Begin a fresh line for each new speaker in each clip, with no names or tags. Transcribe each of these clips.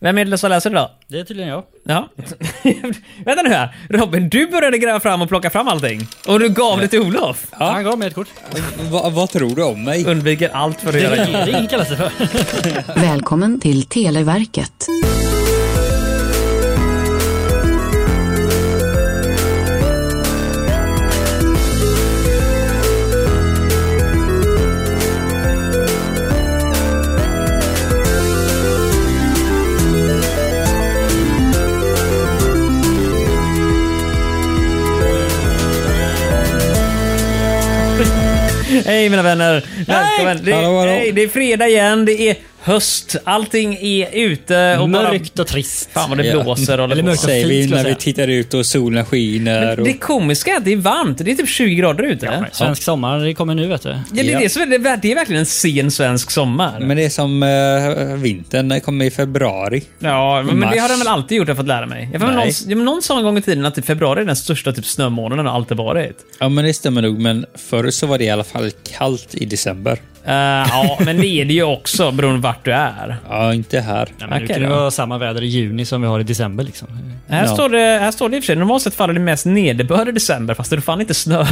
Vem är det som läser idag?
Det är tydligen jag.
Ja. Vänta nu här. Robin, du började gräva fram och plocka fram allting. Och du gav det till Olof.
Han gav mig ett kort.
Va, vad tror du om mig?
Undviker allt för att
Det
göra det.
är ingen kallas det för.
Välkommen till Televerket.
Hej mina vänner! Välkommen! Det,
Hallå, hallå.
Hej, det är fredag igen, det är höst, allting är ute och
Mörkt och trist.
bara... Fan vad det
Ja.
blåser och
Eller
håller på.
mörkt och
Säger
fint,
vi
skulle
när
jag
vi
säga.
tittar ut och solen skiner. Och...
Det komiska är att det är varmt, det är typ 20 grader ute. Ja,
Svensk sommar, det kommer nu vet du.
det, är det, som är, det är- det är verkligen en sen svensk sommar.
Men det är som eh, vintern, den kommer i februari.
ja, men
Mars.
det har den väl alltid gjort, jag har fått lära mig. Jag har
Nej.
någon, ja, men någon sa en gång i tiden att typ februari är den största typ snömånaden har alltid varit.
Ja men det stämmer nog, men förr så var det i alla fall kallt i december.
Eh, ja, men det är det ju också beroende på vart du är.
Ja, inte här.
Nej, men nu
Okej
kan det
då.
vara samma väder i juni som vi har i december liksom.
Här,
Ja.
står det, här står det i och för sig, normalt sett faller det mest nederbörd i december, fast det är fan inte snö.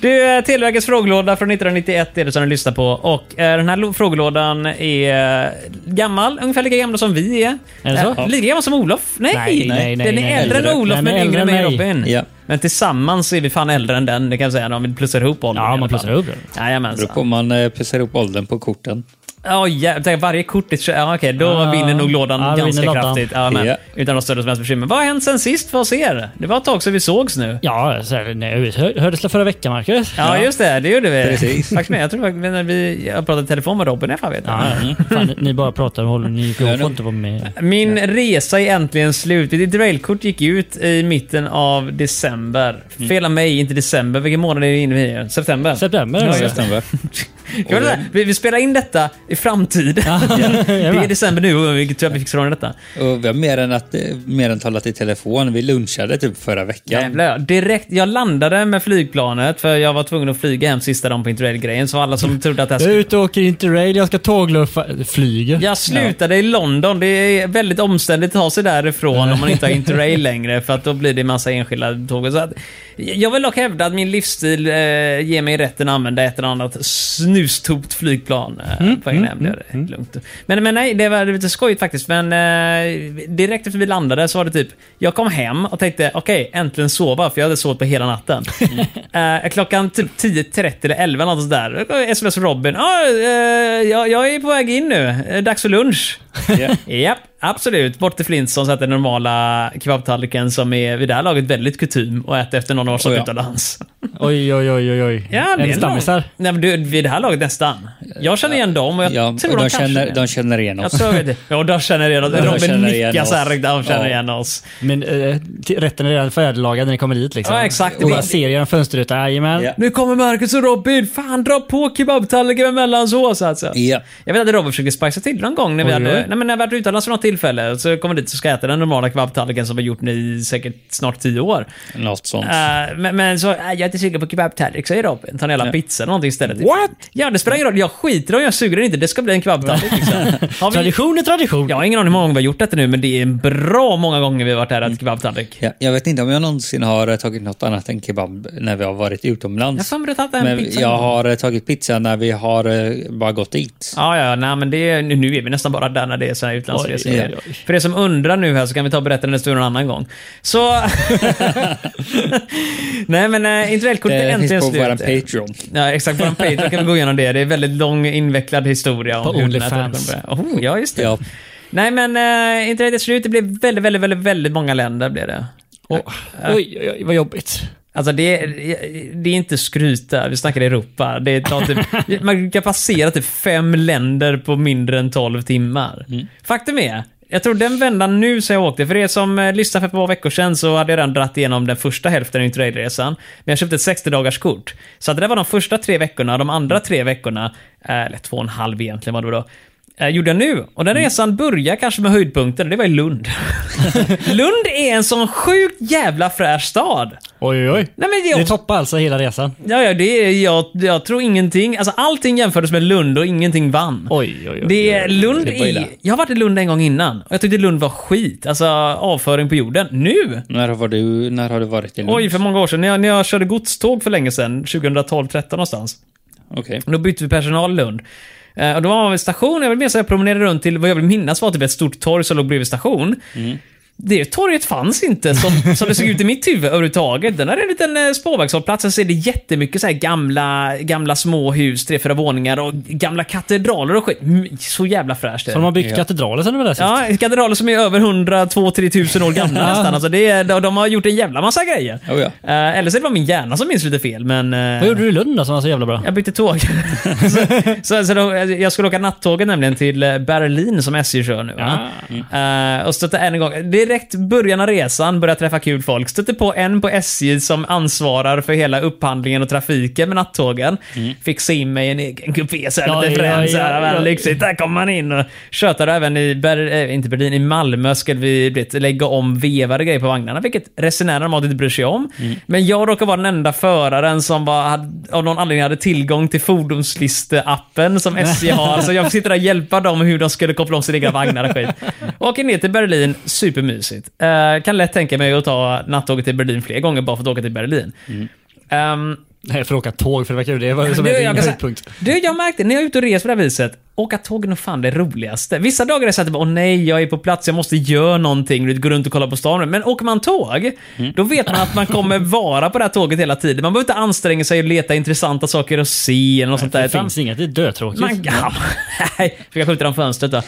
du, eh, Televerkets frågelåda från 1991 är det som du lyssnar på. Och eh, den här lo- frågelådan är eh, gammal, ungefär lika gammal som vi är.
Är det så?
Eh, Lika gammal som Olof? Nej!
Nej, nej, nej,
den är
nej,
äldre
äldre.
än Olof,
Den är
men yngre
äldre
än
än
mig
mig.
Robin.
Ja.
Men tillsammans är vi fan äldre än den, det kan jag säga, om vi plussar ihop åldern.
Ja,
i
om
alla
man
fall.
plussar ihop den.
Beror på
Jajamensan.
om man eh, pressar upp åldern på korten.
Ja, jävlar. Varje kort är... tjö- Ja, okej, då
Ah.
vinner nog lådan
Ja, då
ganska
vinner lådan.
kraftigt. Ja, men,
Ja.
Utan några större som helst bekymmer. Vad har hänt sen sist för oss er? Det var ett tag sedan vi sågs nu.
Ja, så här, nej, vi hör- hördes väl förra veckan Marcus?
Ja, just det. Det gjorde vi.
Precis.
Faktiskt med. Jag tror faktiskt när vi jag pratade i telefon med Robin, jag fan vet.
Ja, fan, ni- ni bara pratar och håller, ni får får inte vara med.
Min resa är äntligen slut. Ditt railkort gick ut i mitten av december. Fel av mig, inte december. Vilken månad är vi inne i? September?
September?
Ja,
eller?
just
Stämmer.
Ska vi- vi, vi spelar in detta i framtiden. det är december nu och vi tror att vi fixar ordning detta.
Och vi har mer än, att, eh, mer än talat i telefon. Vi lunchade typ förra veckan.
Jävlar, ja. direkt, jag landade med flygplanet för jag var tvungen att flyga hem sista dagen på interrail-grejen. Så alla som trodde att Mm. det här
Jag
skulle...
är ute och åker interrail, jag ska tågluffa... Flyger?
Jag slutade i London. Det är väldigt omständigt att ta sig därifrån om man inte har interrail längre för att då blir det massa enskilda tåg. och Så att, jag vill dock hävda att min livsstil eh, ger mig rätten att använda ett eller annat snustopt flygplan. Eh, på egen hand. Det är lugnt. Men, men nej, det var lite skojigt faktiskt. Men eh, direkt efter vi landade så var det typ, jag kom hem och tänkte okej, äntligen sova för jag hade sovit på hela natten. Eh, klockan typ 10.30 eller 11 något sånt där. Då kom Sms Robin. Ah, eh, jag, jag är på väg in nu. Eh, Dags för lunch.
Ja.
Japp, absolut. Bort till Flintstone så att den normala kebabtallriken som är vid det här laget väldigt kutym och äta efter någon år som
Oh ja.
utomlands.
Oj, oj, oj, oj, oj.
Ja, det
Är
är
ni
en lång-
stammisar?
Nej, men du, vid det här laget nästan. Jag känner igen dem och jag
Ja,
tror
och de,
de kanske Alltså.
känner, de känner igen
Jag
oss.
tror det. Ja, de känner igen oss.
De
Robin
känner igen
nickar
oss.
såhär. De känner
Ja.
igen oss.
Men eh, t- rätten är redan färdiglagad när ni kommer dit liksom.
Ja, exakt.
Och
Det-
bara ser genom fönsterrutan. Jajamän.
Ja.
Nu kommer Marcus och Robin. Fan, dra på kebabtallriken med mellansås alltså.
Ja.
Jag vet att Robin försökte spicea till någon gång när vi
Oj,
hade,
oj.
nej, men när vi varit utomlands för något tillfälle. Så kommer dit och ska äta den normala kebabtallriken som vi gjort nu i säkert snart tio år.
Något sånt.
Eh, men, men så, äh, jag är inte sugen på kebabtallrik, säger Robin. Ta en jävla pizza eller någonting istället. What? Ja, det spelar ingen roll. Jag skiter om jag suger eller inte. Det ska bli en kebabtallrik. Liksom. Har vi-
Tradition är tradition.
Jag har ingen aning hur många gånger vi har gjort detta nu, men det är bra många gånger vi har varit här och ätit kebabtallrik.
Ja, jag vet inte om jag någonsin har eh, tagit något annat än kebab när vi har varit
Jag har
utomlands.
för mig att du har tagit en
Men
pizza.
jag har eh, tagit pizza när vi har eh, bara gått dit.
Ja, ja, nej, men det är, nu- nu är vi nästan bara där när det är såna här utlandsresor.
Oj, oj, oj.
För er som undrar nu här så kan vi ta och berätta den historien en annan gång. Så... nej, men äh, interrailkortet är
Eh, Det
äntligen
finns på
slut.
vår Patreon.
Ja, exakt. På Patreon kan vi gå igenom det. Det är en väldigt lång, invecklad historia.
På
om hur den här
Onlyfans.
traditionen började. Oh, ja, just det.
Ja.
Nej, men äh, internet är slut. Det blev väldigt, väldigt, väldigt, väldigt många länder. Blev det.
Åh, oj, oj, oj, vad jobbigt.
Alltså det, är- det är inte skryta, vi snackar Europa. Det är ta typ, man kan passera typ fem länder på mindre än 12 timmar. Faktum är, jag tror den vändan nu som jag åkte, för er som eh, lyssnade för ett par veckor sedan så hade jag redan dratt igenom den första hälften av interrailresan. Men jag köpte ett 60 dagars kort. Så att det där var de första tre veckorna, de andra tre veckorna, eh, eller två och en halv egentligen var det då. eh, gjorde jag nu. Och den resan börjar kanske med höjdpunkten, det var i Lund. Lund är en sån sjukt jävla fräsch stad.
Oj, oj, oj.
Nej, men det är
Det
också,
toppar alltså hela resan.
ja, ja, det är, jag, jag tror ingenting, alltså allting jämfördes med Lund och ingenting vann.
Oj, oj, oj.
Det är Lund
Det var illa.
i, Jag har varit i Lund en gång innan och jag tyckte Lund var skit. Alltså avföring på jorden. Nu!
När har, du, när har du varit i Lund?
Oj, för många år sedan. När jag, när jag körde godståg för länge sedan, 2012-13 någonstans.
Okej.
Då bytte vi personal i Lund. Eh, Och då var man vid station, jag vill minnas att jag promenerade runt till vad jag vill minnas var typ ett stort torg som låg bredvid station. Det torget fanns inte som, som det såg ut i mitt huvud överhuvudtaget. Den här är en liten eh, spårvagnshållplats, sen ser det jättemycket så här gamla, gamla små hus, tre, fyra våningar och gamla katedraler och skit. Mm, Så jävla fräscht är
Så
det.
de har byggt
Ja.
katedraler sen du var där sist?
Ja, katedraler som är över 100 2 3 tusen år gamla nästan. Alltså det är, de, de har gjort en jävla massa grejer.
Oh, ja.
Eh, eller så är det bara min hjärna som minns lite fel, men... eh,
Vad gjorde du i Lund då som var så jävla bra?
jag bytte tåg. så, så, så då, jag skulle åka nattåget nämligen till eh, Berlin som SJ kör nu. va? Eh, och stötte än en gång, direkt början av resan började jag träffa kul folk. Stötte på en på SJ som ansvarar för hela upphandlingen och trafiken med nattågen. Fick se in mig i en egen kupé, så här
Ja,
lite
ja,
frän, så
ja,
här, väl
ja.
lyxigt. Där kom man in och tjötade även i, Ber, eh, inte Berlin, i Malmö skulle vi du vet, lägga om vevade grejer på vagnarna, vilket resenärerna normalt inte bryr sig om.
Mm.
Men jag råkar vara den enda föraren som var, hade, av någon anledning hade tillgång till fordonslisteappen som SJ har. Så jag fick sitta där och hjälpa dem hur de skulle koppla om sina egna vagnar och skit. Åker ner till Berlin, supermysigt. Eh, kan lätt tänka mig att ta nattåget till Berlin fler gånger bara för att åka till Berlin.
Mm.
Ehm,
Nej, för att åka tåg för det verkar ju det var som
du,
är
jag
din
kan säga-
höjdpunkt.
Du, jag märkte när jag är ute och reser på det här viset, åka tåg är nog fan det roligaste. Vissa dagar är det så att bara, åh nej, jag är på plats, jag måste göra någonting, du vet, gå runt och kolla på stan. Men åker man tåg,
Mm.
då vet man att man kommer vara på det här tåget hela tiden. Man behöver inte anstränga sig och leta intressanta saker att se eller något sånt där.
Det finns inget, det är dötråkigt.
Man, ja, nej, fick jag skjuta dem fönstret då?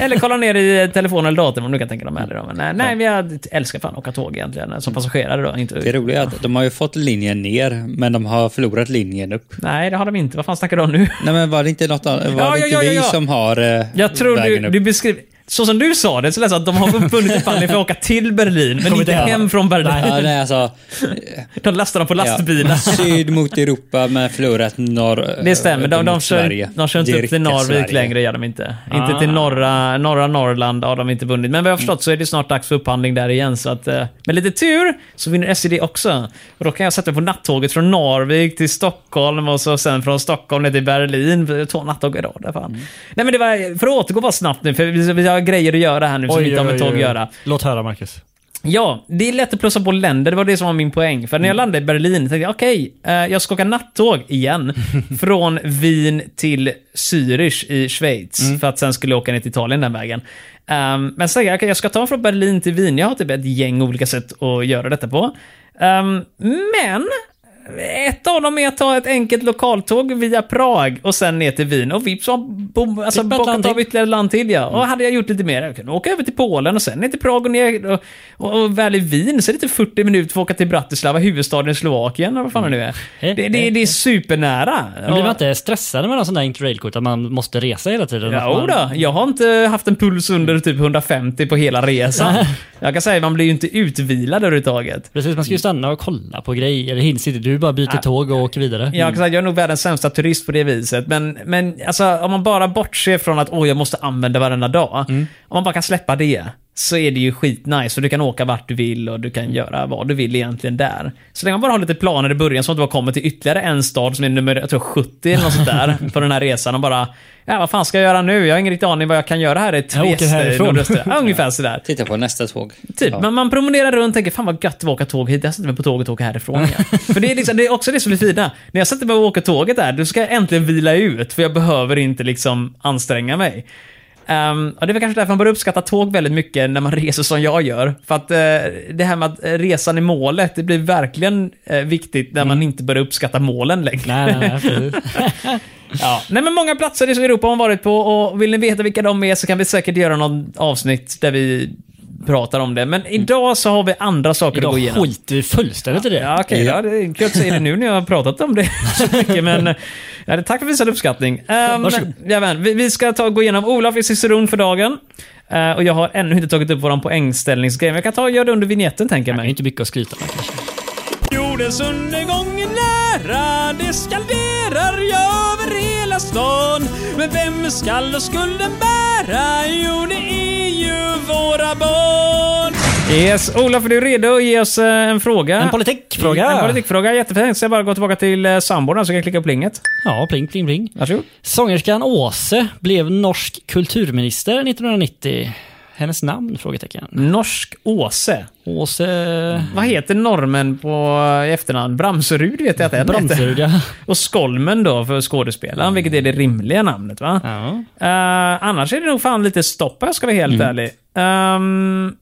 Eller kolla ner i telefonen eller datorn om du kan tänka dem eller då. Men eh, nej, nej, jag älskar fan att åka tåg egentligen, eh,
Mm.
som passagerare då.
Det
Inte,
roliga är att de har ju fått linjen ner, men de har förlorat linjen upp.
nej, det har de inte. Vad fan snackar du om nu?
Nej men var det inte något annat? Var
Ja,
det
ja,
inte
ja, ja,
vi
ja.
som har eh,
Jag tror
vägen
du,
upp?
du beskriver... Så som du sa det så lät det som att de har uppfunnit upphandling för att åka till Berlin, men
Kommer
inte
inte hem.
hem från Berlin.
Ja, nej, alltså,
De lastar dem på lastbilar.
Ja. Syd mot Europa men förlorat norr...
Det stämmer, de, de,
mot Eh, Sverige.
kör, de kör inte upp
Direkt
till Narvik
Sverige.
längre, gör de inte. Inte
Ah.
till norra, norra Norrland har de inte vunnit. Men vad jag har förstått så är det snart dags för upphandling där igen. Så att, eh, med lite tur så vinner SED också. Och då kan jag sätta mig på nattåget från Narvik till Stockholm och så sen från Stockholm ner till Berlin. Två nattåg i rad. där
Mm.
Fan. Nej, men det var, för att återgå bara snabbt nu, för vi, vi har grejer att göra här nu som inte har med tåg att göra.
Låt höra Marcus.
Ja, det är lätt att plussa på länder. Det var det som var min poäng. För när jag landade i Berlin tänkte jag okej, eh, jag ska åka nattåg igen. från Wien till Zürich i Schweiz. För att sen skulle jag åka ner till Italien den vägen. Ehm, men så tänkte jag, okej, jag ska ta från Berlin till Wien. Jag har typ ett gäng olika sätt att göra detta på. Ehm, men ett av dem är att ta ett enkelt lokaltåg via Prag och sen ner till Wien. Och vips, har bom, alltså
Tippa ett land
bockat
till.
av ytterligare ett land till. Ja.
Mm.
Och hade jag gjort lite mer, jag kunde åka över till Polen och sen ner till Prag och ner. Och, och, och väl i Wien så är det typ 40 minuter för att åka till Bratislava, huvudstaden i Slovakien, eller vad fan det nu är. Det,
Eh,
det,
eh,
det är supernära.
Men blir
Och-
man inte stressad med någon sån där interrailkort? Att man måste resa hela tiden? Att
Ja,
man-
då. jag har inte haft en puls under typ 150 på hela resan. Jag kan säga att man blir ju inte utvilad överhuvudtaget.
Precis, man ska ju stanna och kolla på grejer. Det hinns inte. Du bara byter tåg och åker vidare.
Jag, kan säga, jag är nog världens sämsta turist på det viset. Men, men alltså, om man bara bortser från att åh jag måste använda varenda dag.
Mm.
Om man bara kan släppa det, så är det ju skitnice. Och du kan åka vart du vill och du kan göra vad du vill egentligen där. Så länge man bara har lite planer i början så att du har kommit till ytterligare en stad som är nummer jag tror 70 eller något sånt där på den här resan och bara Ja, vad fan ska jag göra nu? Jag har ingen riktig aning vad jag kan göra här i
Jag åker
Trieste. i
härifrån.
nordöstra- Ja, ungefär sådär.
Titta på nästa tåg.
Typ,
Ja.
man, man promenerar runt och tänker fan vad gött det var att åka tåg hit, jag sätter mig på tåget och åker härifrån igen. för det är, liksom, det är också det som är fina. När jag sätter mig och åker tåget där, då ska jag äntligen vila ut för jag behöver inte liksom anstränga mig. Ehm, och det är väl kanske därför man börjar uppskatta tåg väldigt mycket när man reser som jag gör. För att eh, det här med att eh, resan är målet, det blir verkligen eh, viktigt när man inte börjar uppskatta målen längre.
Mm. Nej, nej, nej. precis.
Ja. Nej men många platser i Europa har man varit på och vill ni veta vilka de är så kan vi säkert göra något avsnitt där vi pratar om det. Men idag så har vi andra saker att gå
Mm. Idag
igenom.
skiter vi fullständigt i det.
Ja, okej. Ja, det är kul att säga det nu när jag har pratat om det så mycket, men eh, ja, det- tack för visad uppskattning. Um,
Varsågod.
jajamän, vi, vi ska ta och gå igenom Olaf i ciceron för dagen. Eh, och jag har ännu inte tagit upp våran poängställningsgrej, men jag kan ta och göra det under vignetten tänker jag
Det är
mig.
inte mycket att skryta med kanske.
Jordens undergång är nära, det skanderar jag över hela hela stan. Men vem skall då skulden bära? Jo, det är ju våra barn. Yes, Olof, är du redo att ge oss eh, en fråga?
Ah, En politikfråga.
En politikfråga, jättefint. Så jag bara gå tillbaka till eh, samborna så kan jag klicka på plinget.
Ja, pling, pling, pling.
Varsågod.
Sångerskan Åse blev norsk kulturminister 1990. Hennes namn? Frågetecken.
Norsk Åse.
Åse...
Vad heter normen på i efternamn? Bramserud vet jag att den heter.
Bramserud, ja.
Och Skolmen då för skådespelaren, vilket är det rimliga namnet va?
ja.
Eh, annars är det nog fan lite stopp här, ska vi helt ärlig. Ehm,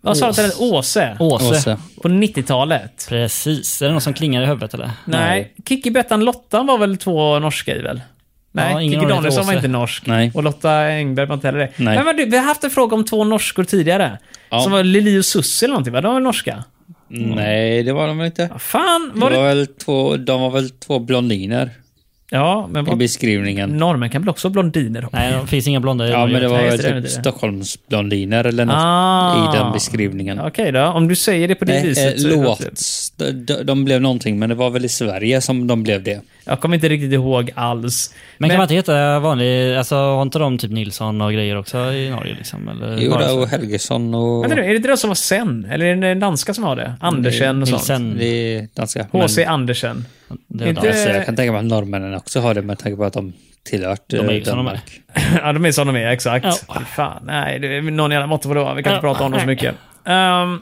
vad sa du? att den- Åse?
Åse.
Åse.
På 90-talet?
Precis. Är det någon som klingar i huvudet eller?
Nej. Kikki Bettan Lottan var väl två norska i väl? Nej,
Ja, ingen
Kikki
aning,
Danielsson var
Åse.
inte norsk.
Nej.
Och Lotta Engberg var inte heller det.
Nej.
Men vad du, vi har haft en fråga om två norskor tidigare.
Ja.
Som var Lili och Sussi eller någonting, va? De var väl norska?
Nej, det var de väl inte.
Ja, Fan,
Det
var
var
det...
väl två, de var väl två blondiner
Ja, men
i
vad... Mm.
beskrivningen.
Norrmän kan väl också ha blondiner? då?
Nej, det finns inga blonda i
Ja, men det var
just
väl
det, det är det.
typ Stockholmsblondiner eller något
Ah.
i den beskrivningen.
Okej då, om du säger det på det
Nej, eh,
viset. så är det något.
låts. De, de- de blev någonting, men det var väl i Sverige som de blev det.
Jag kommer inte riktigt ihåg alls.
Men kan
Men-
man inte heta vanlig... Alltså, har inte de typ Nilsson och grejer också i Norge liksom? Eller
Jo,
bara
det
så?
och Helgesson och...
Vänta nu, är det inte de som var sen? Eller är det den danska som har det? Andersen och sånt?
Nilsen.
Mm. Det är danska.
H.C.
Men,
Andersen.
Det är
Inte-
de.
alltså, jag kan tänka mig att norrmännen också har det med tanke på att de tillhört
De är ju
eh,
som de är.
Danmark.
ja, de är som de är, exakt.
Ja.
Fy Fan, nej, det är någon jävla måtta på det. Vi kan inte
Ja.
prata om dem så mycket. Ehm,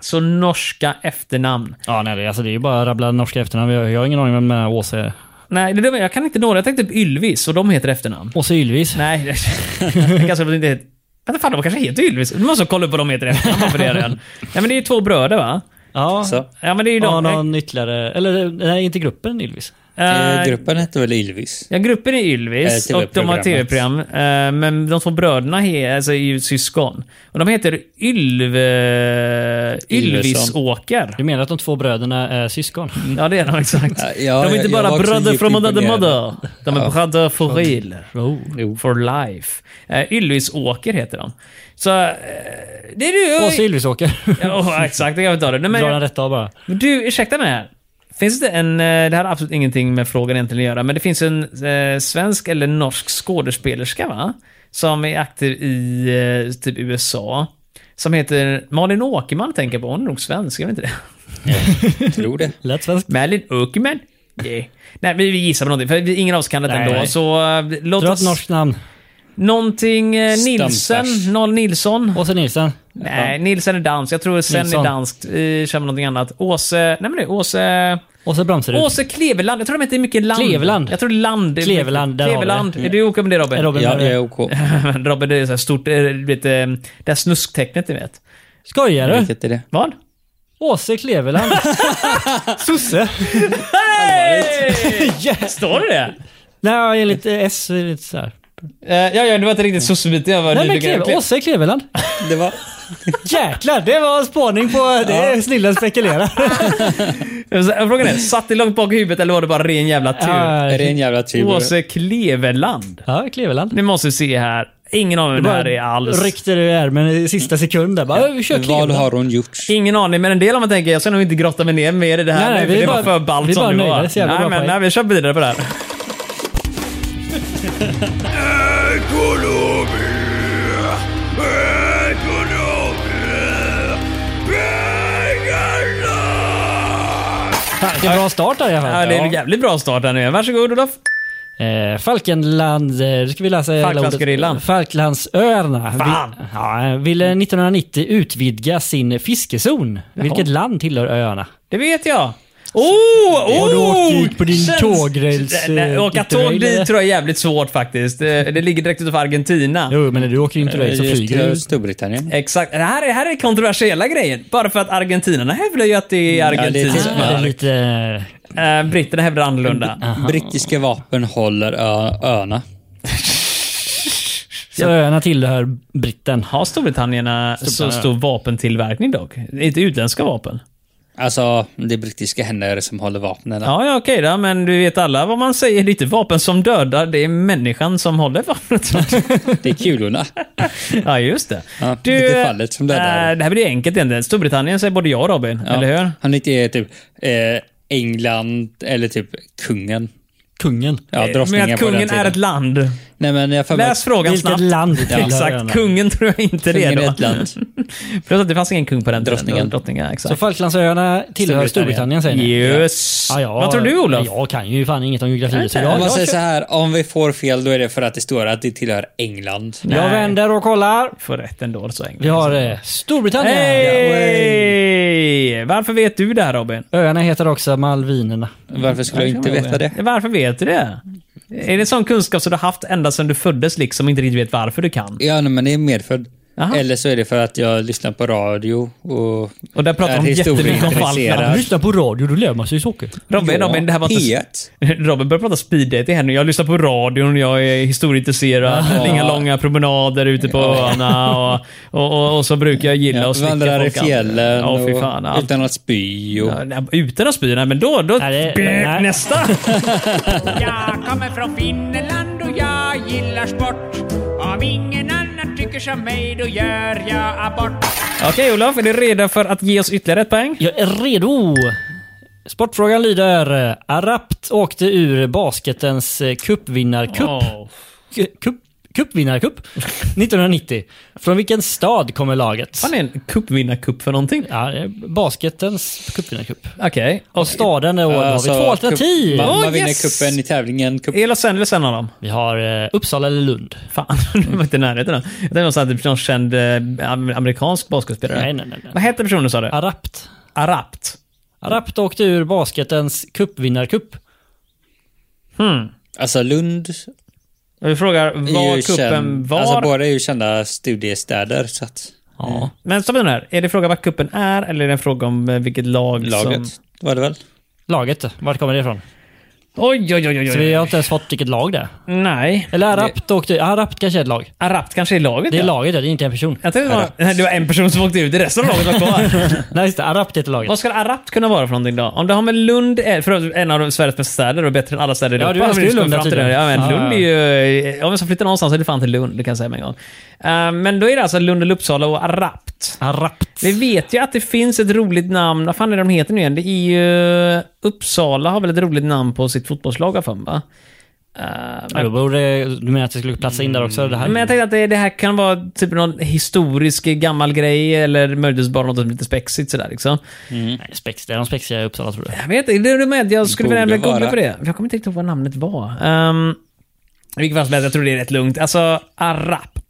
så norska efternamn.
Ja, nej, det, alltså, det är ju bara att rabbla norska efternamn. Jag, jag har ingen aning om vem den här Åse är.
Nej, det, det, jag kan inte några. Jag tänkte typ Ylvis och de heter efternamn.
Åse Ylvis.
Nej, det är ganska inte heter... Vänta, fan, de kanske heter Ylvis. Du måste kolla upp vad de heter i efternamn bara för det redan. Nej, men det är ju två bröder, va?
Ja.
Så,
Ja, men det är ju
Ja,
de.
någon ytterligare... Eller nej, inte gruppen Ylvis.
Eh,
eh, gruppen hette väl Ylvis?
Ja, gruppen är Ylvis
Eh,
och de har tv-program.
TV-programmet.
eh, Men de två bröderna he, alltså, är ju syskon. Och de heter Ylv... eh, Ylvisåker.
Du menar att de två bröderna är syskon?
Ja, det är de exakt.
Ja, jag-
de är inte
jag var
bara
också
bröder
djupt
from another
imponerad.
mother. De är
Ja.
bröder for real. Oh,
Jo.
For life. Eh, Ylvisåker heter de. Så... eh, Det är du...
Åse Ylvisåker.
Ja, åh, exakt, det kan vi ta det. Nej, men,
Dra den rätta av bara.
men du, ursäkta mig här. Finns det en, eh, det här har absolut ingenting med frågan egentligen att göra, men det finns en eh, svensk eller norsk skådespelerska va? Som är aktiv i eh, typ USA. Som heter Malin Åkerman tänker jag på, hon är nog svensk, är hon inte det?
Tror det.
Lätt svenskt.
Malin Åkerman? Yeah. Nej, vi, vi gissar på någonting, för vi, ingen av oss kan det
Nej,
ändå.
nej.
Så eh, låt
Dra
oss...
ett norskt namn.
Någonting eh, Nilsen,
Stamfars.
Noll Nilsson.
Åse Nilsen.
Nej, Nilsen är dansk. Jag tror sen är
Nilsson.
danskt. Vi kör med någonting annat. Åse... Nej men det, Åse...
Åse Bramserud.
Åse Kleveland. Jag tror de heter mycket land.
Kleveland.
Jag tror land. är-
Kleveland, där har vi Mm.
Kleveland. Är du okej med det Robin?
Är Robin
Ja,
med?
jag är OK.
Robin, det är så här stort... eh, Du vet, eh, det här snusktecknet ni vet.
Skojar du?
Vilket är det?
Vad?
Åse Kleveland. Sosse.
Hej!
Yes.
Står det det?
Nej, enligt eh, S. är det Lite så här.
Eh, ja, ja, det var inte riktigt sossebiten jag var
Nej, men
nyfiken på.
Kleve, Åse Kleveland.
Det var...
Jäklar, det var en spåning på... Det är snillen spekulerar.
Frågan är, satt det långt bak i huvudet eller var det bara ren jävla tur?
Är det en jävla tur?
Åse Kleveland.
Ja, Kleveland.
Nu måste vi se här. Ingen aning om det här är alls.
Ryckte du i ärmen i sista sekund där. Bara, vi kör
Vad
Kleveland.
har hon gjort?
Ingen aning, men en del av man tänker jag ska nog inte grotta mig ner mer i det här
Nej,
nu,
vi
för det
är
var
bara-
för ballt
vi är
som
bara
det
nöjda,
var.
det är så jävla
Nej,
bra
men
poäng.
nej, vi kör vidare på det här.
Vilken bra start där i alla fall.
Ja, det är en jävligt bra start här nu. Varsågod Olof.
Eh, Falkenland, eh, nu ska vi läsa hela ordet.
Falklandsgerillan.
Falklandsöarna. Vi-
Fan!
ja, ville 1990 utvidga sin fiskezon. Vilket land tillhör öarna?
Det vet jag. Oh, oh!
Har du åkt ut på din tågräls,
Nej, nej,
eh,
Åka
interrail,
tåg
eller?
dit tror jag är jävligt svårt faktiskt. Det, det ligger direkt utanför Argentina.
Jo, men när du åker ju inte iväg så flyger du.
Eh, Just Storbritannien.
Exakt. Det här är, här är kontroversiella grejen. Bara för att argentinarna hävdar ju att det är
det är
Argentina.
till-
Ja, det är lite...
Eh, britterna hävdar annorlunda.
Brittiska vapen håller ö- öarna.
Så öarna tillhör Britten.
Har Storbritannierna så stor vapentillverkning dock? Inte utländska vapen?
Alltså, det är brittiska händer som håller vapnen.
Ja, ja okej då, men du vet alla vad man säger. Det är inte vapen som dödar, det är människan som håller vapnet. som dödar.
Det är kulorna.
ja, just det.
Ja, det är fallet som dödar.
eh, det här blir enkelt egentligen. Storbritannien säger både jag och Robin,
Ja.
eller hur?
eh, Han inte är typ eh, England eller typ kungen.
Kungen.
Ja,
Men
drottningen
att
på den
kungen är
tiden.
ett land.
Nej, men jag för mig
Läs
att
frågan
Vilket
snabbt.
land
Ja,
tillhör öarna?
Exakt, kungen tror jag inte det
kungen är
då.
ett land.
Plus att det fanns ingen kung på den tiden.
Drottningen.
Drottningen,
Så
exakt.
Falklandsöarna tillhör
Storbritannien.
Storbritannien säger ni?
Yes.
Ja, ja,
Vad tror du Olof?
Jag kan ju fan inget om geografi.
Nej,
Så
nej.
jag,
Om man
jag,
säger
kör-
så här, om vi får fel då är det för att det står att det tillhör England.
jag
Nej.
vänder och kollar.
Får rätt ändå så enkelt.
Vi har eh, Storbritannien.
Hej! Varför vet du det här Robin?
Öarna heter också Malvinerna.
Mm.
Varför skulle jag inte veta det?
Varför vet du det? Är det sån kunskap som du har haft ända sedan du föddes liksom inte riktigt vet varför du kan?
Ja, nej, men det är medfödd.
Aha.
Eller så är det för att jag lyssnar på radio och...
Och där pratar
är
de jättemycket om
historieintresserad.
Falkland.
Lyssna på radio, då lär man sig saker.
Robin, Robin, det här var inte...
P1.
Robin börjar prata speeddate här nu. Jag lyssnar på radion, jag är historieintresserad, inga långa promenader ute på öarna och, och, och, och så brukar jag gilla
Ja,
att slicka
vandrar i
folk.
fjällen
Ja, fy fan.
och,
allt.
utan att spy. Och,
Ja, nej, Utan att spy? Nej, men då... då
Nej, det- nej.
Nästa!
Jag kommer från Finland och jag gillar sport. Om ingen annan tycker som mig, då gör jag abort.
Okej Olof, är du redo för att ge oss ytterligare ett poäng?
Jag är redo! Sportfrågan lyder. eh, Arapt åkte ur basketens eh, cupvinnarcup.
Åh.
Cu- Cup, cupvinnarcup 1990. Från vilken stad kommer laget?
Fan, är en cupvinnarcup för någonting?
Ja, det är basketens cupvinnarcup.
Okej.
Och staden är år har vi
Alltså,
två alternativ.
Cup, man
Åh,
man vinner
yes!
kuppen i tävlingen. Cup,
Är Los Angeles en av dem?
Vi har eh, Uppsala eller Lund.
Fan,
Mm.
du var inte i närheten. då. Jag tänkte så att det blir någon känd eh, am- amerikansk basketspelare.
Nej, nej, nej, nej.
Vad hette personen sa du?
Arapt.
Arapt.
Arapt åkte ur basketens cupvinnarcup.
alltså Lund
Och Vi frågar
är
var
ju
kuppen
känd,
var.
alltså båda är ju kända studiestäder. Så att,
Ja.
Men stoppa nu här. Är det fråga var kuppen är eller är det en fråga om eh, vilket lag
laget
som...
var det väl?
Laget, vart kommer det ifrån?
Oj, oj, oj, oj.
Så vi
oj.
har inte ens fått vilket lag det är.
Nej.
Eller Arapt åkte... Arapt kanske är ett lag.
Arapt kanske är laget?
Det är
ja.
laget, ja, det är inte en person.
Jag tänkte det var, Nej, det var en person som åkte ut, resten av laget var kvar.
Nej, just det. Arapt heter laget.
Vad ska Arapt kunna vara för någonting då? Om det har med Lund, eh, för övrigt en av Sveriges bästa städer och bättre än alla städer i
Ja,
Europa.
du älskar ju
men
Lund
kommer fram till
tydligen.
det. Ja, men
Ja,
Lund är ju... Om jag ska flytta någonstans är det fan till Lund, det kan jag säga med en gång. Eh, men då är det alltså Lund eller Uppsala och Arapt.
Arapt.
Vi vet ju att det finns ett roligt namn. Vad fan är det de heter nu igen? Det är ju... Uppsala har väl ett roligt namn på sitt fotbollslag, har jag för mig, va? Eh,
Ja, då borde, du menar att det skulle platsa in där också? Det här?
Men jag tänkte att det, det här kan vara typ någon historisk gammal grej eller möjligtvis bara något som är lite spexigt sådär liksom.
Nej, spex, det är de spexiga i Uppsala tror jag.
Jag vet inte, är du med? Jag skulle
Borde
vilja nämna googla
vara.
på det. Jag kommer inte riktigt ihåg vad namnet var. Um, I vilket fall som helst, jag tror det är rätt lugnt. Alltså, Arapt.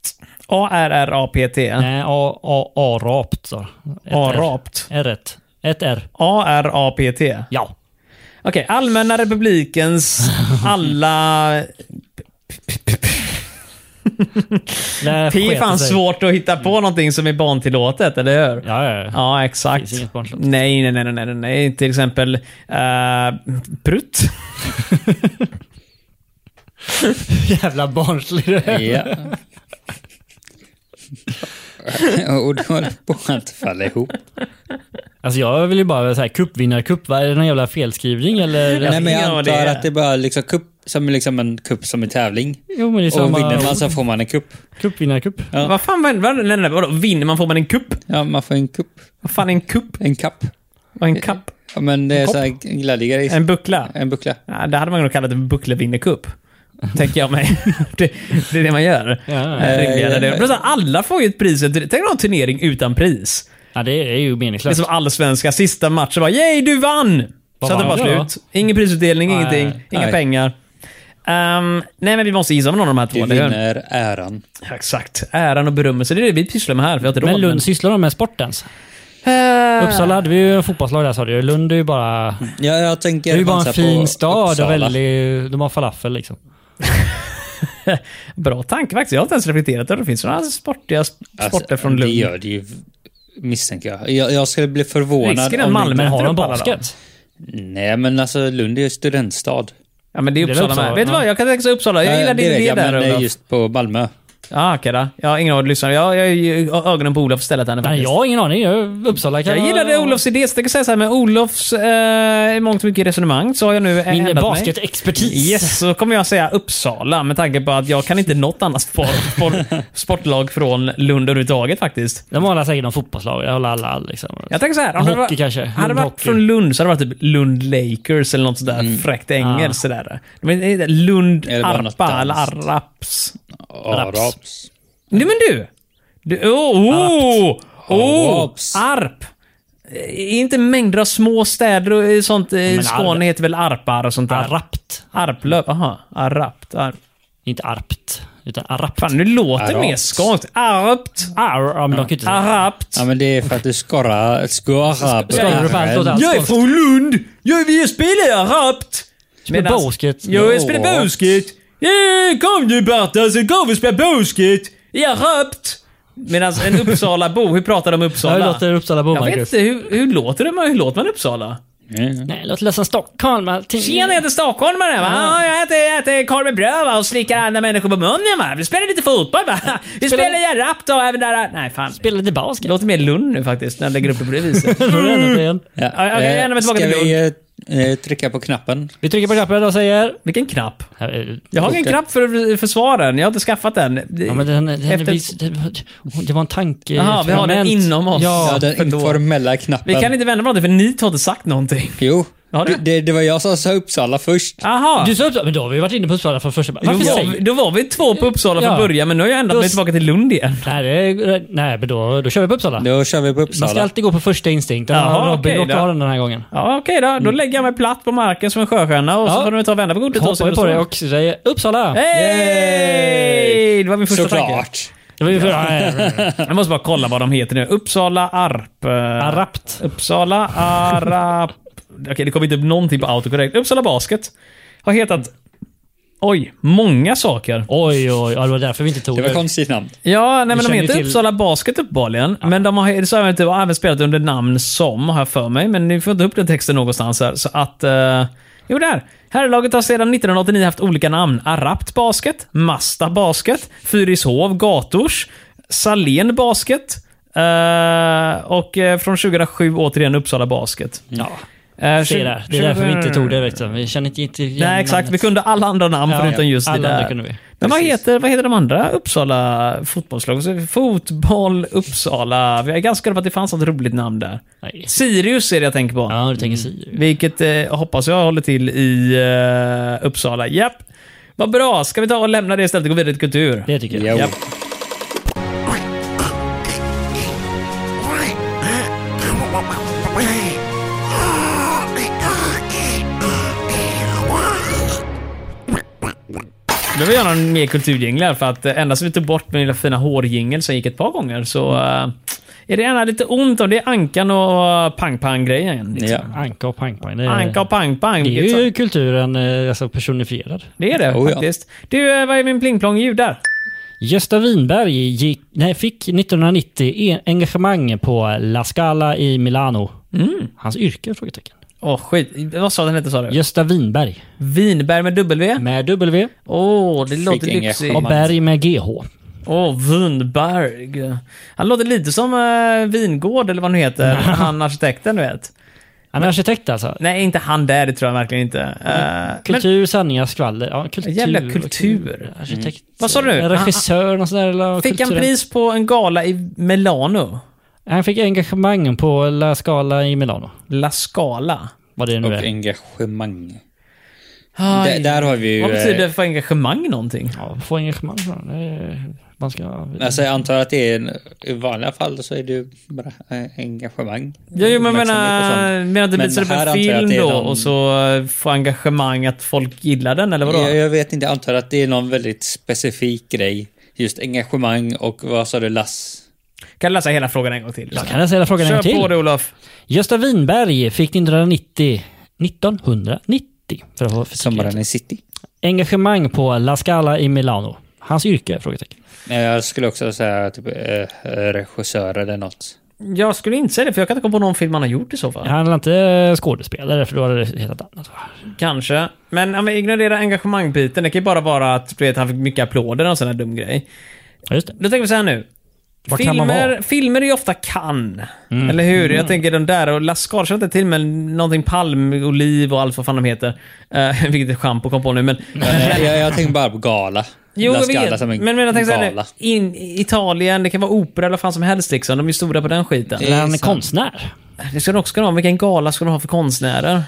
A-R-R-A-P-T.
Nej, A- A- Arapt sa Ett R.
Arapt.
Är rätt. Ett R.
A-R-A-P-T.
Ja.
Okej, Allmänna Republikens alla...
Det
P är
sket
fan
sig.
svårt att hitta på någonting som är bantillåtet, eller hur?
Ja, ja, ja.
Ja, exakt.
Finns inget barnslott.
Nej, nej, nej, nej, nej, nej. Till exempel eh, Prutt.
Jävla barnslig du är.
Ja. och då håller det på att falla ihop.
Alltså jag vill ju bara säga cupvinnarcup. Vad Är det någon jävla felskrivning eller?
Nej, men jag
Ja,
antar
det är-
att det är bara liksom cup, som är liksom en cup som är tävling.
Jo men det är
Och
samma...
vinner man så får man en cup.
Cupvinnarcup.
Ja.
Vad fan, vad, vad, nej, nej, vadå? vinner man får man en kupp?
Ja, man får en cup.
Vad fan är en kupp?
En kapp.
Vad är en kapp?
Ja, men det är så här glädjegrej. En,
En buckla?
en buckla.
Ja, det hade man nog kallat en bucklevinnerkupp. Tänker jag mig. det, det är det man gör.
Ja, ja.
Eh, rimligare
ja,
det.
ja.
Plus att alla får ju ett pris. Tänk om en turnering utan pris.
Ja det är ju
Det är
meningslöst.
som allsvenska, sista matchen bara “Yay, du vann!”
Vad
Så att det
vann
bara
jag?
slut. Ingen prisutdelning,
Nej.
ingenting. Inga
Nej.
pengar. Ehm, nej, men vi måste gissa om någon av de här två.
Du
eller hur?
vinner äran.
Exakt. Äran och berömmelse, det är det vi pysslar med här. För jag har inte
Men
råd,
Lund sysslar de med sport ens?
men... Eh,
Uppsala hade vi ju en fotbollslag där sa du. Lund är ju bara...
Mm.
Ja, jag
Det
tänker
är ju bara
chansa
en
på
fin stad
Uppsala.
och väldigt... De har falafel liksom.
Bra tanke faktiskt. Jag har inte ens reflekterat över det. finns sådana sportiga sp-
Alltså,
sporter från Lund.
Det gör det ju, misstänker jag. Jag, jag skulle bli förvånad
Risken är
om...
Malmö.
Men har
äter
de
upp alla dem.
basket?
Nej, men alltså Lund är ju studentstad.
Ja, men det är
Det är
Uppsala
Uppsala,
med. Vet du
ja.
vad? Jag kan tänka så Uppsala. Jag gillar
Ja,
din
vet
idé
jag,
där
men
Olof.
just på Malmö.
Ja, okej då. Jag har ingen aning lyssnar. Jag, jag, jag har ögonen på Olof istället. Här, nu
Nej,
faktiskt.
jag har ingen aning. Jag är Uppsala kan
jag gillade Olofs idé, så jag kan säga så här med Olofs eh, mångt och mycket resonemang så har jag nu
Min
ändrat mig.
basketexpertis.
Yes, så kommer jag säga Uppsala med tanke på att jag kan inte något annat sport, sport, sportlag från Lund överhuvudtaget faktiskt.
De har alla säkert någon fotbollslag. Jag håller alla liksom.
Jag tänker så här.
Hockey
var-
kanske.
Hade det varit
Lundhockey.
från Lund så hade det varit typ Lund Lakers eller något sådär fräckt engelskt. Sådär. Men det är Lund
Eller Mm. bara något
Arpa eller
danskt.
Arraps.
Araps.
Nej men du! du oh, oh, oh,
Arps.
Arp! Eh, Inte mängder av små städer och eh, sånt. eh,
men
Skåne
Arp-
heter väl Arpar och sånt där?
Arapt.
Arplöv? Aha, Arapt. Arp.
Inte arpt. Utan arapt.
Fan, nu låter det mer
Arapt.
skånskt. Arpt.
Ar, ja, men de kan ju inte säga.
Arapt.
Ja, men det är för att du skorrar... Skorrar...
skorrar du på allt åt allt?
Jag är från Lund! Jag vill spela Arapt!
Spela
Medans-
basket.
Jag vill spela
Ja.
basket! Yeah, kom nu Berta, så kan vi spela basket! I Arapt! Medan en Uppsalabo, hur pratar de Uppsala?
Jag låter Uppsala bo
Jag vet inte, hur, hur låter det? Hur låter man Uppsala?
Nej, det låter nästan Stockholm. allting.
Tjena, jag heter stockholmare va? Ja, jag äter, jag äter korv med bröd va? och slickar andra människor på munnen va? Vi spelar lite fotboll va? Vi
Spelar-
spelar i rap då, även där... Nej, fan.
Spela lite
Det
basket.
låter mer Lund nu faktiskt, när jag lägger upp det på det viset. Mm.
Ja.
Ja, okej,
eh,
gärna med tillbaka
Ska
till
vi eh, eh, trycka på knappen?
Vi trycker på knappen och säger...
Vilken knapp?
Ja,
Jag har ingen
Okej.
knapp för försvaren. Jag har inte skaffat den.
men den, den,
Efter-
vis- det, det var en tanke...
Jaha, vi har den
experiment.
inom oss.
Ja.
Ja, den
för då.
informella knappen.
Vi kan inte vända på det, för ni har inte sagt någonting.
Jo,
Ja, det-
det, det, det var jag som sa Uppsala först.
Aha.
Du sa Uppsala, men då har vi varit inne på Uppsala från första början.
då,
Varför
var, vi-
säger
då var vi två på Uppsala från
Ja.
början, men nu har jag ändrat
Då
mig
s-
tillbaka till Lund igen.
Nej, det, nej, men då, då kör vi på Uppsala.
Då kör vi på
Man ska
Uppsala.
alltid gå på första instinkt. Den
Jaha,
har Robin
okej,
råkat
då.
ha den den här gången.
Ja, okej då. Då lägger jag mig platt på marken som en sjöstjärna och så
Ja.
får de ta och vända på kortet. och
Hoppar
så- Eh?
vi på det och säger Uppsala.
Hej! Det var min första tanke.
Såklart.
Det var ju för, nej, nej, nej.
Jag måste bara kolla vad de heter nu. Uppsala Arp. eh,
Arapt.
Uppsala Arap. Okej, det kom inte upp någonting på autokorrekt. Uppsala Basket har hetat... Oj, många saker.
Oj, oj, ja, det var därför vi inte tog
Det
det.
var konstigt namn.
Ja, nej, men de
känner ju
heter
till-
Uppsala Basket uppenbarligen. Men de har, så har de typ även spelat under namn som, har jag för mig. Men ni får inte upp den texten någonstans här. Så att... Eh, jo, där. Herrlaget har sedan 1989 haft olika namn. Arapt Basket, Masta Basket, Fyrishov Gators, Salén Basket eh, och eh, från 2007 återigen Uppsala Basket.
Ja,
Eh,
se
tju-
där. Det är därför vi inte tog det. Liksom. Vi känner inte, inte igen
Nej, exakt. Vi
namnet.
kunde alla andra namn
Ja,
förutom
ja.
just det
Alla andra
där.
kunde vi.
Men vad heter, vad heter de andra Uppsala fotbollslag? Så Fotboll Uppsala. Jag är ganska säker på att det fanns något roligt namn där.
Nej.
Sirius är det jag tänker på.
Ja, du tänker Sirius.
Vilket eh, hoppas jag håller till i eh, Uppsala. Japp. Vad bra. Ska vi ta och lämna det istället och gå vidare till kultur?
Det tycker jag.
Jo.
Japp. Nu vill jag göra en mer kulturjinglar för att eh, ända sedan vi tog bort min lilla fina hårjingel som gick ett par gånger så eh, är det gärna lite ont om det är Ankan och Pang Pang-grejen. Liksom.
Ja.
Anka och pangpang. Det,
Anka och Pang Pang.
det
vilket
är ju
så-
kulturen eh, alltså, personifierad.
det, är det
Oh, ja.
faktiskt. Du, eh, vad är min plingplong-ljud där?
Gösta Winberg gick, nej, fick 1990 en- engagemang på La Scala i Milano.
Mm.
Hans yrke? Frågetecken.
Åh, skit. Vad sa den hette sa du?
Gösta Winberg
Vinberg med W?
med W
Åh, det låter
inga
lyxigt.
och
skämt.
Berg med GH.
Åh, Vinberg. Han låter lite som eh, Vingård eller vad han heter. han arkitekten, du vet.
Han är arkitekt alltså.
Nej, inte han där, det tror jag verkligen inte.
Mm.
Eh, men,
Kultur, sanningar, skvaller. Ja, kultur. Mm.
Jävla kultur.
Arkitekt.
Vad sa du?
En regissör, något sånt där. Eller
fick han
kulturen.
pris på en gala i Milano?
Han fick engagemang på La Scala i Milano.
La Scala.
Vad det nu
Och
är.
engagemang.
Aj.
Där, där har vi ju...
Vad betyder
eh,
det för engagemang någonting?
Ja, få engagemang från honom. Det är- Man ska...
Alltså jag antar att det är en, i vanliga fall så är det ju bara eh, engagemang.
Ja, jo, men jag
Uppmärksamhet och
menar,
sånt.
menar att du
Men
visar upp
här
en
antar jag att
film
det är
då
någon-
och så eh, får engagemang att folk gillar den, eller vadå?
Jag, jag vet inte, jag antar att det är någon väldigt specifik grej. Just engagemang och vad sa du, lass?
Kan du läsa hela frågan en gång till?
Jag kan ställa frågan en
Kör
gång
på
till.
det, Olof.
Gösta Winberg fick 1990, 1990 för att vara försiktig.
Sommaren i city.
engagemang på La Scala i Milano. Hans yrke? Frågetecken.
Nej, Jag skulle också säga typ eh, regissör eller något.
Jag skulle inte säga det, för jag kan inte komma på någon film han har gjort i så fall.
Han är inte skådespelare för då hade det hetat annat. va?
Kanske. Men om vi ignorerar engagemangbiten, det kan ju bara vara att du vet, han fick mycket applåder och en sån här dum grej.
Ja, just det.
Då tänker vi så här nu.
Vad kan man
Filmer,
vara?
filmer är ju ofta kan. Eller hur? Jag tänker den där och Lascars inte till med någonting palmoliv och allt vad fan de heter. Uh, vilket är schampo kom på nu men. eh,
Nej, eh, jag, jag tänker bara på gala.
Jo,
La
jag
Scala
vet.
som en
Men, men jag tänker så här nu.
gala.
In, Italien, det kan vara opera eller vad fan som helst liksom. De är ju stora på den skiten.
Eller han är
sant.
konstnär.
Det ska de också kunna ha. Vilken gala ska de ha för konstnärer?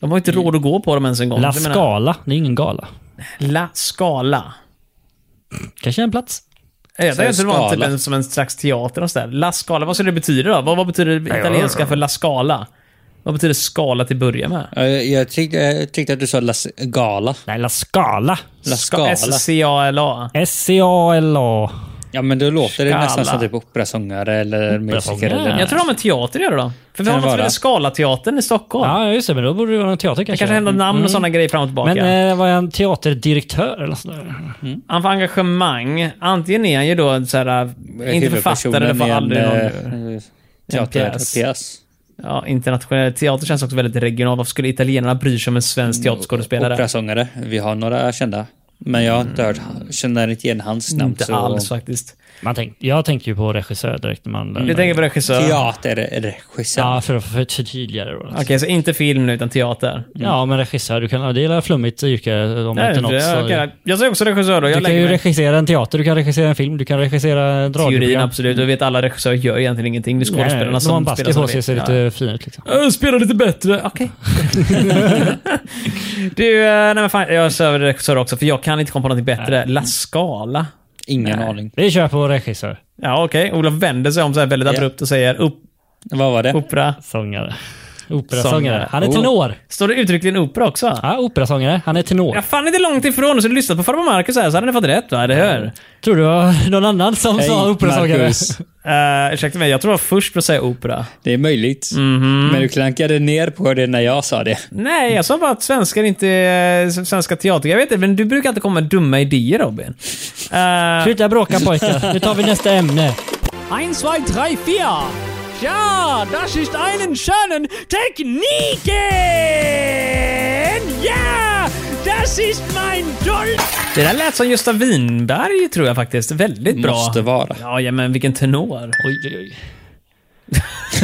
De har ju inte råd att gå på dem ens en gång.
La
Jag menar,
Scala. Det är ingen gala.
La Scala.
Kanske en plats.
Jag
Så
tänkte att det var typ
skala.
en, som en slags teater och sådär. La Scala, vad skulle det betyda då? Vad, vad betyder det italienska för La Scala? Vad betyder skala till att börja med?
Ja, Jag, jag, tyckte, jag tyckte att du sa las, gala.
Nej, La Scala.
La
Ska-
Scala.
S-C-A-L-A.
S-C-A-L-A.
Ja, men då låter det
Scala.
nästan som typ operasångare eller musiker.
Operasångare.
Eller
Jag tror de har teater gör det då. För vi har
Kan det
något som
vara?
heter Scalateatern i Stockholm.
Ja, just det. Men då borde det vara en teater
det
kanske.
kanske händer namn och sådana grejer fram och tillbaka.
Men eh, var jag en teaterdirektör eller sådär?
Han får engagemang. Antingen är han ju då en så här, inte författare,
huvudpersonen
det får
i en,
aldrig någon...
eh, eh,
pjäs.
Teaterpjäs.
Ja, internationell teater känns också väldigt regional. Varför skulle italienarna bry sig om en
Mm,
svensk teaterskådespelare?
Operasångare. Vi har några kända. Men jag har inte hört, känner inte igen hans namn.
Mm. Inte
så-
alls faktiskt.
Man tänk, jag tänkte ju på regissör direkt när man...
Du tänker på regissör?
Teaterregissör.
Ja, för att förtydliga det då.
Okej, så inte film nu, utan teater.
Ja, men regissör, du kan, det är ett flummigt yrke om
Mm. Nej,
inte något.
jag,
så-
jag, jag säger också regissör då. Jag
Du kan
lägger
ju
mig.
regissera en teater, du kan regissera en film, du kan regissera en
Teorin,
radioprogram.
absolut. Du vet, alla regissörer gör egentligen ingenting. Det är skådespelarna
Nej, nej,
som
De har en basket
som
på
de
sig
vet.
ser
Ja.
lite fin ut liksom.
Jag spelar lite bättre. Okej. du, eh, nej men fan, jag söver regissör också, för jag kan inte komma på något bättre. La Scala.
Ingen aning.
Vi kör på regissör,
Ja, okej. Olof vänder sig om så här väldigt
Ja.
abrupt och säger op,
Vad var det?
opera.
sångare. Operasångare.
Sångare.
Han är
Oh.
tenor.
Står det uttryckligen opera också?
Ja, operasångare. Han är tenor.
Jag fan inte långt ifrån. Så du lyssnat på farbror Marcus här så hade ni fått rätt va, eller hur?
Tror du det var någon annan som sa operasångare?
Marcus.
Uh, ursäkta mig, jag tror jag var först med att säga opera.
Det är möjligt.
Mhm.
Men du klankade ner på det när jag sa det.
Nej, jag sa bara att svenskar inte är svenska teater. Jag vet inte, men du brukar inte komma med dumma idéer Robin. Uh,
Sluta bråka pojkar, nu tar vi nästa ämne.
ein, zwei, drei, vier. Ja, das ist einen schönen Techniken! Ja, das ist mein Dolch! Det där lät som Gösta Winberg tror jag faktiskt. Väldigt bra.
Måste vara.
Ja, ja, men vilken tenor.
Oj, oj, oj.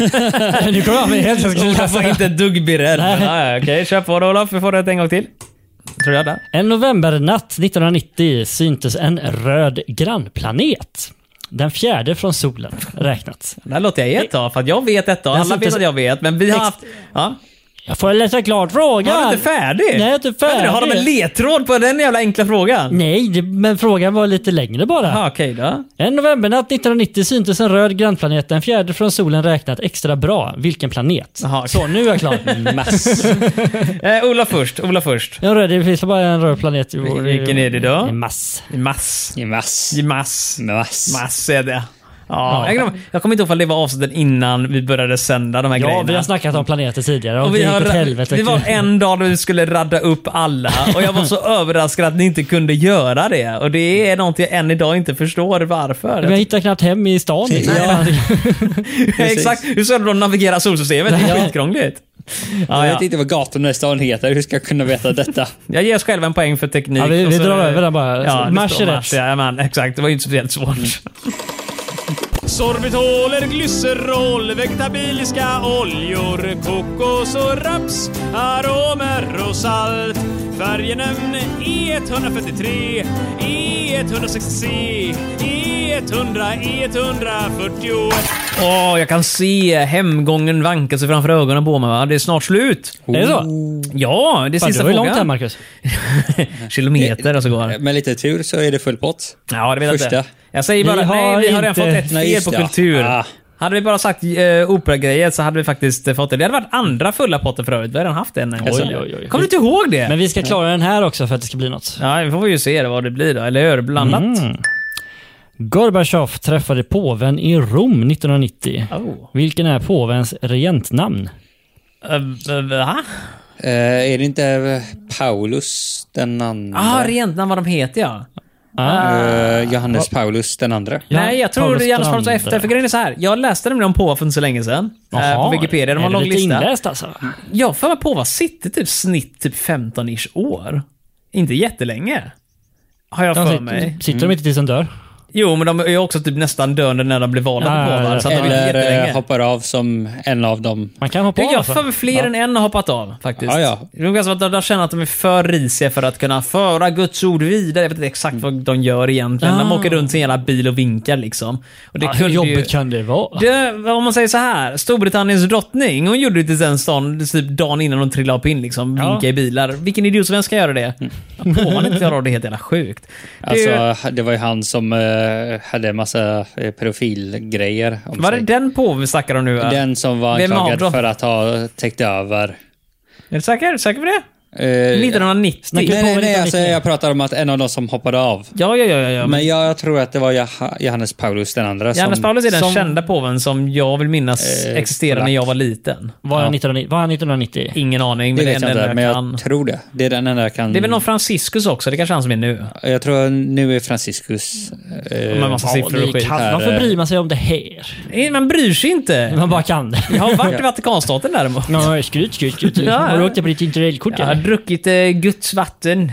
nu kommer jag med helt
Jag var inte ett dugg beredd. men, ja, ja, Okej, kör på då Olof. Vi får det en gång till. Tror jag där.
En novembernatt 1990 syntes en röd grannplanet. Den fjärde från solen räknat.
Det här låter jag ge ett tag, för att jag vet detta och
Den
alla
som
vet
inte-
att jag vet. Men vi har
Text-
haft... Ja.
Jag får läsa klart frågan.
Var du inte färdig?
Nej, jag är inte
Vänta nu, Har de en
färdig.
ledtråd på den jävla enkla frågan?
Nej, det- men frågan var lite längre bara.
Ja, okej då.
En novembernatt 1990 syntes en röd grannplanet, den fjärde från solen räknat extra bra. Vilken planet?
Jaha.
Så, nu är jag klar.
Eh, Ola först, Ola först.
En röd, det finns bara en röd planet i vår...
Vilken är det då?
En mass.
Mass.
I mass.
Mass.
Mass.
Mass är det. Ja,
Ja.
Jag, kommer, jag kommer inte ihåg om det var avsnittet innan vi började sända de här
Ja,
grejerna.
vi har snackat om planeter tidigare. Och,
Och vi
det gick
har,
åt helvete. typ.
det var en dag då vi skulle radda upp alla och jag var så överraskad att ni inte kunde göra det. Och det är något jag än idag inte förstår varför.
Men jag hittar knappt hem i stan.
Ja. precis.
Exakt, hur ska de navigera solsystemet? Det är
Ja.
skitkrångligt. Ja,
Jag
ja.
vet inte vad gatorna i stan heter. Hur ska jag kunna veta detta?
Jag ger oss själva en poäng för teknik.
Ja, vi-
och
vi
så-
drar över den bara.
Ja,
Mars
det står
är rätt. Mm.
mars ja, man, exakt, det var ju inte speciellt svårt. Sorbitoler, glycerol, vegetabiliska oljor, kokos och raps, aromer och salt. Färgenämn E E143, E E163, E E100, E140. Åh, jag kan se hemgången vanka sig framför ögonen på mig. Va? Det är snart slut.
Är det så?
Ja, det är
Fan,
sista
det var ju
frågan.
långt här Marcus.
Kilometer och så går.
Med lite tur så är det full pott.
Ja, det vet jag inte.
Första.
Jag säger bara,
Vi har
nej, vi har redan
inte-
fått ett fel
Nej, just
på
det.
kultur.
Ah.
Hade vi bara sagt eh, operagrejer så hade vi faktiskt eh, fått det. Det hade varit andra fulla potter för övrigt. Vi har redan haft en. en gång.
Oj, oj, oj.
Kommer du inte ihåg det?
Men vi ska klara den här också för att det ska bli något.
Ja, vi får ju se vad det blir då, eller hur? Blandat.
Mm. Gorbachev träffade påven i Rom 1990.
Oh.
Vilken är påvens regentnamn?
Eh, eh, va?
Eh, är det inte eh, Paulus den andra?
Ah, rent namn vad de heter ja.
Eh, Johannes Paulus den andra.
Ja,
Nej, jag tror
Paulus
det gärna
den
svaret var efter.
andra.
För grejen är så här. Jag läste nämligen om påven för inte så länge sedan. eh,
Jaha,
på Wikipedia. De har
är
en
du
lång
lite
lista. Mm.
inläst alltså?
Jag har för mig på vad sitter typ snitt typ 15-ish år. Inte jättelänge. Har jag
De
för
sit-
mig.
typ- Sitter de inte tills de dör?
Jo, men de är ju också typ nästan döende när de blir valda
Ja,
på
ja,
påvar.
ja.
Så att de är
Eller
jättelänge.
eh, hoppar av som en av dem.
Man kan hoppa
Du,
av.
jag
alltså.
för fler än en har hoppat av faktiskt.
Ja, ja.
Det är nog ganska som att de känner att de är för risiga för att kunna föra Guds ord vidare. Jag vet inte exakt vad de gör egentligen. De
Ah.
åker runt i en jävla bil och vinkar liksom. Och det
ja, hur
kunde
jobbigt
ju...
kan det vara?
Det, om man säger så här, Storbritanniens drottning, hon gjorde det till en sån typ dagen innan hon trillade upp in liksom,
Ja.
vinka i bilar. Vilken idiot svensk ska göra det? Mm. Påvan inte klarar av det är helt jävla sjukt. Det, alltså,
Alltså, det var ju han som eh, hade en massa eh, profilgrejer om
var det
sig.
den påven vi snackar om nu? va?
Den som var
Vem av dem?
anklagad för att ha täckt över.
Är du säker? Säker på det?
Eh,
1990?
Snacka-
Nej, nej, nej. Alltså,
lite.
jag pratar om att en av dem som hoppade av.
Ja, ja, ja. ja, ja.
Men jag, jag tror att det var Jah- Johannes Paulus den andra.
Johannes
som,
Paulus är den
som,
kända påven som jag vill minnas
Eh,
existerade när
polack.
jag var liten.
Var, han 1990, var han 1990?
Ingen aning,
Det
men det är den
vet
enda
jag inte,
jag
men jag
kan.
tror det. Det är den enda jag kan...
Det är väl någon Franciscus också, det är kanske är han som är nu.
Jag tror nu är Franciscus... Eh,
Med massa
Ja,
siffror och
det
skit.
kan,
här,
varför
eh,
bryr man sig om det här?
Nej, Man bryr sig inte.
Man bara kan det.
Jag har varit i Vatikanstaten däremot.
Ja, skryt, skryt, skryt.
Ja.
Har du åkt på ditt interrailkort
Jag har
eller?
druckit eh, Guds vatten.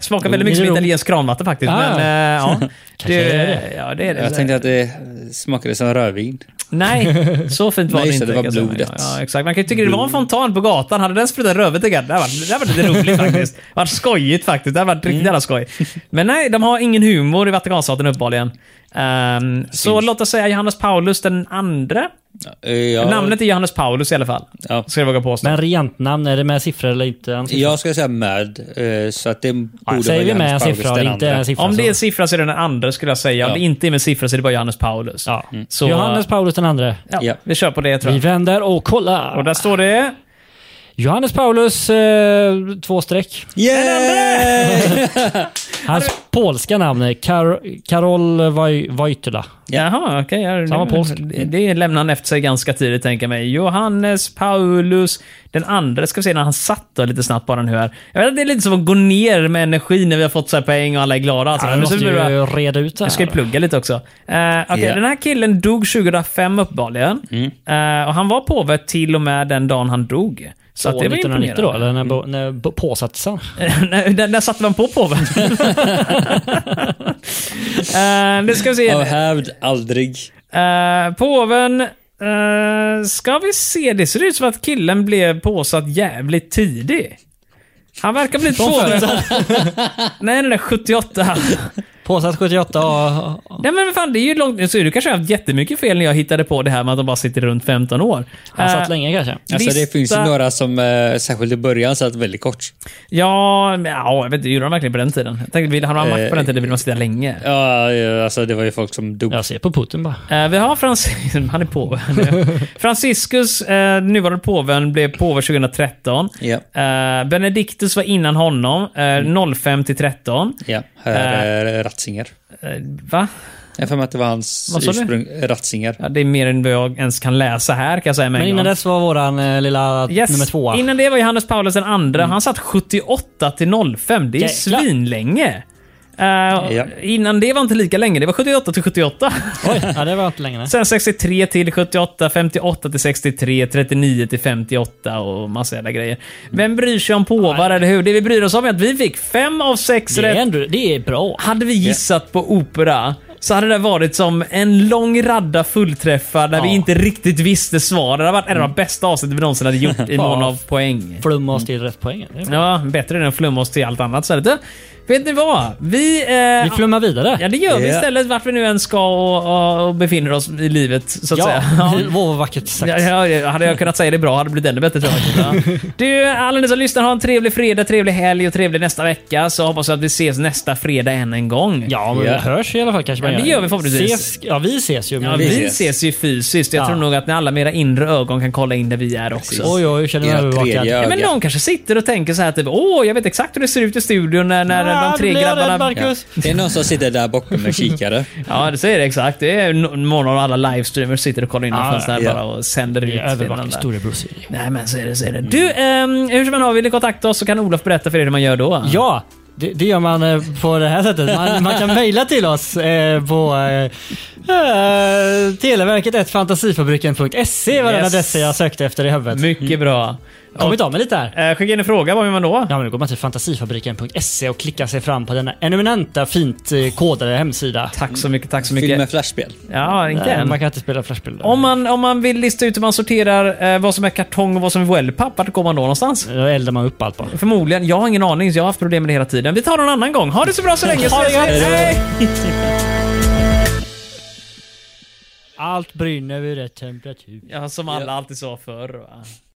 Smakar väldigt mycket som
Är det-
italienskt kranvatten faktiskt.
Mm. Ah.
Men, eh, ja.
Kanske är
det,
det.
ja, det är det.
jag tänkte att det smakade som rödvin.
Nej, så fint var
Nej,
det
så
inte.
det var
kan jag säga.
blodet.
Ja, ja, exakt. Man kan ju tycka det var en fontan på gatan. Hade den sprutat rövetigan, det hade varit- det hade varit lite roligt faktiskt. Det hade varit skojigt faktiskt. Det hade varit
Mm.
riktigt jävla skoj. Men nej, de har ingen humor i Vatikanstaten uppenbarligen. Ehm, så
Syns.
låt oss säga Johannes Paulus den andre.
Eh, jag-
Namnet är Johannes Paulus i alla fall.
Ja.
Ska jag våga påstå.
Men rent namn, är det med siffror eller inte? Hans siffror?
Jag skulle säga med, eh, så att det borde
Ja,
vara
säger vi med en
Johannes Paulus
siffra,
den
inte
andra.
en siffra.
Om det är en
så-
siffra så är det den andra skulle jag säga. Om
Ja.
det inte är med siffra så är det bara Johannes Paulus.
ja.
Så,
Mm. Johannes Paulus den andra.
ja,
Ja.
vi kör på det tror
Vi
jag.
vänder och
Och
kollar.
där står det...
Johannes Paulus, eh, två streck.
Yeah!
Hans polska namn är Kar- Karol Woj- Wojtyla.
Jaha, okej. ja,
Samma
det-
polsk.
Det, det lämnade han efter sig ganska tidigt, tänker jag mig. Johannes Paulus den andra ska vi se när han satt då lite snabbt bara nu här. Jag vet att det är lite som att gå ner med energi när vi har fått så här poäng och alla är glada. Alltså.
Ja,
Men
vi
så
måste
blir det bara-
ju reda ut det
jag ska ju
här.
plugga lite också. Eh, okej,
Ja.
Den här killen dog 2005 uppenbarligen. Eh, och han var påve till och med den dagen han dog. Så att det var
1990 då,
imponerande. Mm.
eller när, bo- när bo- påsattes han?
när, när, när satte man på påven? uh, det ska vi se.
Av hävd, aldrig.
Eh, påven... eh, ska vi se, det ser ut som att killen blev påsatt jävligt tidig. Han verkar bli påven... nej, nej, nej, 78.
Påsatt 78 och...
nej men vad fan, det är ju långt... Så du kanske har haft jättemycket fel när jag hittade på det här med att de bara sitter runt 15 år.
Han
Eh,
satt länge kanske.
Alltså
Lista-
det finns ju några som, eh, särskilt i början, satt väldigt kort.
Ja, men, ja, jag vet inte, gjorde de verkligen på den tiden? Jag tänkte, vill han ha
Eh,
makt på den tiden vill man sitta länge.
Ja, eh, alltså det var ju folk som dog.
Jag ser på Putin bara.
Eh, vi har Francis... Han är påve. Franciscus, eh, nuvarande påven, blev påve 2013.
Ja.
Eh, Benedictus var innan honom,
Mm.
eh, 05 till 13.
Ja, här är Ratzinger.
Eh, va?
Jag har för mig att det var hans
Vad sa du?
ursprung, Ratzinger.
Ja, det är mer än vad jag ens kan läsa här kan jag säga med
Men
en
innan
gång.
dess var våran eh, lilla
Yes.
nummer två. Mm.
Innan det var Johannes Paulus den andra. Han satt 78 till 05. Det är ju
Jäklar.
svinlänge. Eh,
Ja.
Innan det var inte lika länge. Det var 78 till 78.
Oj, ja, det var inte länge. nej.
Sen 63 till 78, 58 till 63, 39 till 58 och massa jävla grejer. Vem bryr sig om påvar, eller hur? Det vi bryr oss om är att vi fick fem av sex
Det är,
rätt.
ändå, det är bra.
Hade vi gissat på opera så hade det varit som en lång radda fullträffar där vi
Ja. Mm.
inte riktigt visste svar. Det hade varit en av de bästa avsnitten vi någonsin hade gjort i mån
Ja.
av poäng.
Flumma oss till rätt poäng. Det är bra.
Ja, bättre än att flumma oss till allt annat. Så är det. Vet ni vad? Vi... Eh,
Vi flummar vidare.
Ja, det gör vi
Ja.
istället vart vi nu än ska och, och, och befinner oss i livet, så att säga.
Ja, vad vackert sagt.
Ja, ja, hade jag kunnat säga det bra hade det blivit ännu bättre tror jag. Ja. Du, alla ni som lyssnar, ha en trevlig fredag, trevlig helg och trevlig nästa vecka. Så hoppas jag att vi ses nästa fredag än en gång.
Ja, men
Ja.
vi hörs i alla fall kanske.
Ja,
man
det gör vi förhoppningsvis.
Ses, ja, vi ses ju. men
Ja, vi
vi-
ses.
ses.
ju fysiskt. Jag
Ja.
tror nog att ni alla med era inre ögon kan kolla in där vi är också.
Oj, oj, känner mig
Era
övervakad.
tredje
Ja, men
öga.
någon kanske sitter och tänker så här typ Åh, jag vet exakt hur det ser ut i studion när, när
Ah,
de tre
nu blir jag rädd,
grabbarna...
Marcus.
Det är någon som sitter där bakom med kikare.
Ja, det säger det exakt. Det är no- någon av alla livestreamers sitter och kollar in
Ja,
ah, fönstret
ja.
bara och sänder ut.
Vi
till
övervakar
varandra.
storebror Siri. Mm.
Nej men så är det, så är det. Du, ehm, hur som helst, vill ni kontakta oss så kan Olof berätta för er hur man gör då.
Ja, Det, det gör man eh, på det här sättet. Man, man kan mejla till oss eh, på eh, eh, televerket1fantasifabriken.se var den
Yes.
adressen jag sökte efter i huvudet.
Mycket bra. Och,
Kommit av med lite här.
eh, skicka in en fråga, vad gör man då?
Ja, men då går man till fantasifabriken.se och klickar sig fram på denna eminenta fint eh, kodade hemsida.
Tack så mycket, tack så
Film med
mycket.
flashspel.
Ja, inte
Eh,
än.
Man kan inte spela flashbilder.
Om man, om man vill lista ut hur man sorterar eh, vad som är kartong och vad som är wellpapp, vart går man då någonstans?
Då eldar man upp allt bara.
Förmodligen. Jag har ingen aning, så jag har haft problem med det hela tiden. Vi tar det en annan gång. Ha det så bra så länge.
Ha det
Ses vi.
gött.
Hej!
Allt brinner vid rätt temperatur.
Ja, som alla alltid sa förr. Va?